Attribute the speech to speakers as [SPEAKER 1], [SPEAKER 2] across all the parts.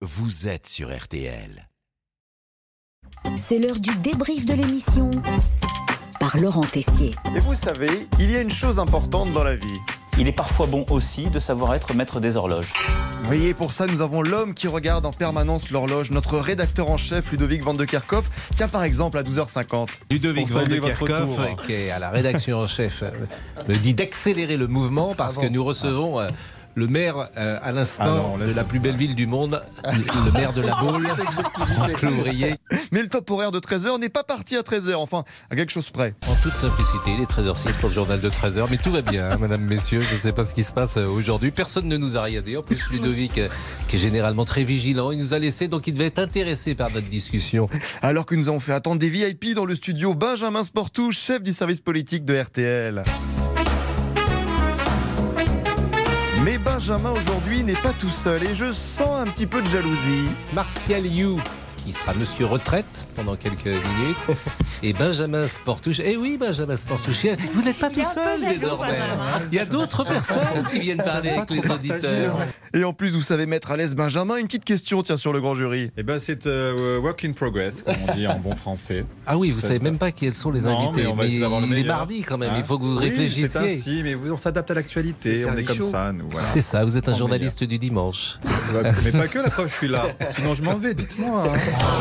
[SPEAKER 1] Vous êtes sur RTL.
[SPEAKER 2] C'est l'heure du débrief de l'émission par Laurent Tessier.
[SPEAKER 3] Et vous savez, il y a une chose importante dans la vie.
[SPEAKER 4] Il est parfois bon aussi de savoir être maître des horloges.
[SPEAKER 3] Voyez, pour ça, nous avons l'homme qui regarde en permanence l'horloge, notre rédacteur en chef, Ludovic Van de Kerkhoff. Tiens, par exemple, à 12h50.
[SPEAKER 5] Ludovic
[SPEAKER 3] Pour
[SPEAKER 5] Van
[SPEAKER 3] saluer
[SPEAKER 5] de
[SPEAKER 3] votre
[SPEAKER 5] Kerkhoff,
[SPEAKER 3] retour.
[SPEAKER 5] qui est à la rédaction en chef, euh, me dit d'accélérer le mouvement parce que nous recevons euh, le maire euh, à
[SPEAKER 3] Ah
[SPEAKER 5] l'instant de la plus belle ville du monde, le le maire de la Baule, Franck Louvrier.
[SPEAKER 3] Mais le top horaire de 13h n'est pas parti à 13h, enfin, à quelque chose près.
[SPEAKER 5] En toute simplicité, il est 13h06 pour le journal de 13h, mais tout va bien, hein, madame, messieurs, je ne sais pas ce qui se passe euh, aujourd'hui, personne ne nous a rien dit, en plus Ludovic, euh, qui est généralement très vigilant, il nous a laissé, donc il devait être intéressé par notre discussion.
[SPEAKER 3] Alors que nous avons fait attendre des VIP dans le studio, Benjamin Sportou, chef du service politique de RTL. Mais Benjamin aujourd'hui n'est pas tout seul et je sens un petit peu de jalousie.
[SPEAKER 5] Martial You qui sera monsieur retraite pendant quelques minutes et Benjamin Sportouche et oui Benjamin Sportouche vous n'êtes pas tout seul désormais il y a d'autres personnes qui viennent parler avec les auditeurs
[SPEAKER 3] Et en plus, vous savez mettre à l'aise Benjamin. Une petite question, tiens, sur le grand jury.
[SPEAKER 6] Eh ben, c'est euh, work in progress, comme on dit en bon français.
[SPEAKER 5] ah oui vous savez même pas qui sont les
[SPEAKER 6] Non,
[SPEAKER 5] invités
[SPEAKER 6] mais on va essayer d'avoir le
[SPEAKER 5] il est
[SPEAKER 6] meilleur.
[SPEAKER 5] mardi quand même
[SPEAKER 6] Hein
[SPEAKER 5] il faut que vous
[SPEAKER 6] Oui,
[SPEAKER 5] réfléchissiez
[SPEAKER 6] C'est ainsi, mais vous- on s'adapte à l'actualité. On est comme ça, nous. Voilà.
[SPEAKER 5] c'est ça, vous êtes un
[SPEAKER 6] Oh,
[SPEAKER 5] journaliste du dimanche.
[SPEAKER 6] Mais pas que la preuve, je suis là. Sinon, je m'en vais, dites-moi. hein,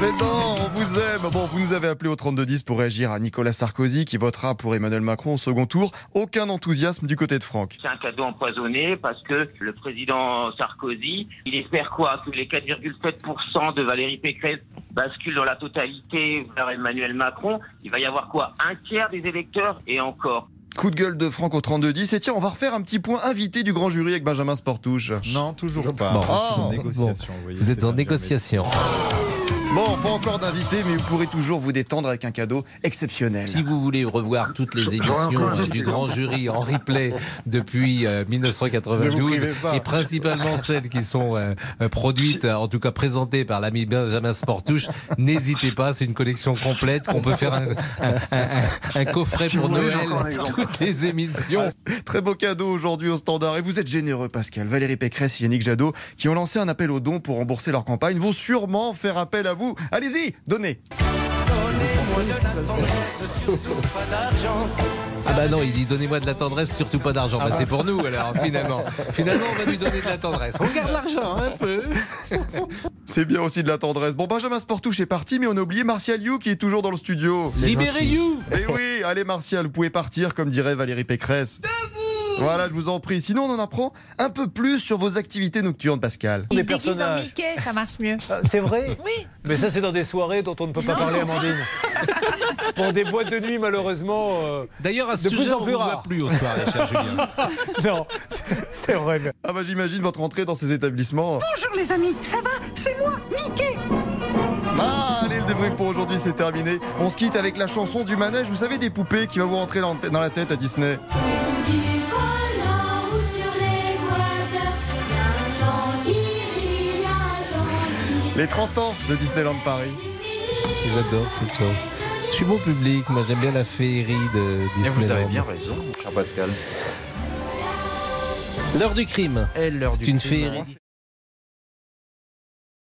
[SPEAKER 3] Mais non, on vous aime. Bon, vous nous avez appelé au 3210 pour réagir à Nicolas Sarkozy qui votera pour Emmanuel Macron au second tour. Aucun enthousiasme du côté de Franck.
[SPEAKER 7] C'est un cadeau empoisonné parce que le président Sarkozy, il espère quoi Que les 4,7% de Valérie Pécresse basculent dans la totalité vers Emmanuel Macron. Il va y avoir quoi Un tiers des électeurs et encore.
[SPEAKER 3] Coup de gueule de Franck au 3210. Et tiens, on va refaire un petit point invité du grand jury avec Benjamin Sportouche.
[SPEAKER 6] Non, toujours pas.
[SPEAKER 5] Bon.
[SPEAKER 6] Je suis
[SPEAKER 3] Oh,
[SPEAKER 6] en négociation. Vous, voyez,
[SPEAKER 5] Vous êtes
[SPEAKER 6] c'est
[SPEAKER 5] en
[SPEAKER 6] bien jamais.
[SPEAKER 5] négociation.
[SPEAKER 3] Bon, pas encore d'invité, mais vous pourrez toujours vous détendre avec un cadeau exceptionnel.
[SPEAKER 5] Si vous voulez revoir toutes les émissions euh, du grand jury en replay depuis euh, 1992 et principalement celles qui sont euh, euh, produites, euh, en tout cas présentées par l'ami Benjamin Sportouche, n'hésitez pas, c'est une collection complète qu'on peut faire un, un- un- un coffret pour Noël, toutes les émissions.
[SPEAKER 3] Très beau cadeau aujourd'hui au standard. Et vous êtes généreux, Pascal. Valérie Pécresse et Yannick Jadot, qui ont lancé un appel aux dons pour rembourser leur campagne, vont sûrement faire appel à vous. Allez-y, donnez.
[SPEAKER 5] Ah bah non, il dit donnez-moi de la tendresse, surtout pas d'argent. Bah c'est pour nous alors finalement. Finalement on va lui donner de la tendresse. On garde l'argent un peu.
[SPEAKER 3] C'est bien aussi de la tendresse. Bon, Benjamin Sportouche est parti, mais on a oublié Martial You qui est toujours dans le studio.
[SPEAKER 5] Libérez You
[SPEAKER 3] Eh oui, allez Martial, vous pouvez partir, comme dirait Valérie Pécresse. Voilà, je vous en prie. Sinon, on en apprend un peu plus sur vos activités nocturnes, Pascal.
[SPEAKER 8] Il se déguise en Mickey, ça marche mieux.
[SPEAKER 9] C'est vrai
[SPEAKER 8] Oui.
[SPEAKER 9] Mais ça, c'est dans des soirées dont on ne peut pas parler, Amandine. Pour des boîtes de nuit, malheureusement. euh,
[SPEAKER 5] D'ailleurs à ce
[SPEAKER 9] De
[SPEAKER 5] sujet
[SPEAKER 9] plus en
[SPEAKER 5] on
[SPEAKER 9] plus
[SPEAKER 5] vous voit
[SPEAKER 9] rare.
[SPEAKER 5] plus au soir, cher Julien.
[SPEAKER 9] Non, c'est- c'est vrai. mais-
[SPEAKER 3] Ah bah j'imagine votre entrée dans ces établissements.
[SPEAKER 10] Bonjour les amis, ça va C'est moi, Mickey
[SPEAKER 3] Ah, allez, le débrief pour aujourd'hui, c'est terminé. On se quitte avec la chanson du manège, vous savez, des poupées qui va vous rentrer dans dans la tête à Disney.
[SPEAKER 10] Du volant ou sur l'équateur, un gentil rit, un gentil
[SPEAKER 3] Les 30 ans de Disneyland Paris.
[SPEAKER 5] J'adore cette chanson. Je suis bon public, moi j'aime bien la féerie de Disneyland.
[SPEAKER 7] raison, mon cher Pascal.
[SPEAKER 5] L'heure du crime.
[SPEAKER 7] Elle,
[SPEAKER 5] C'est une féerie.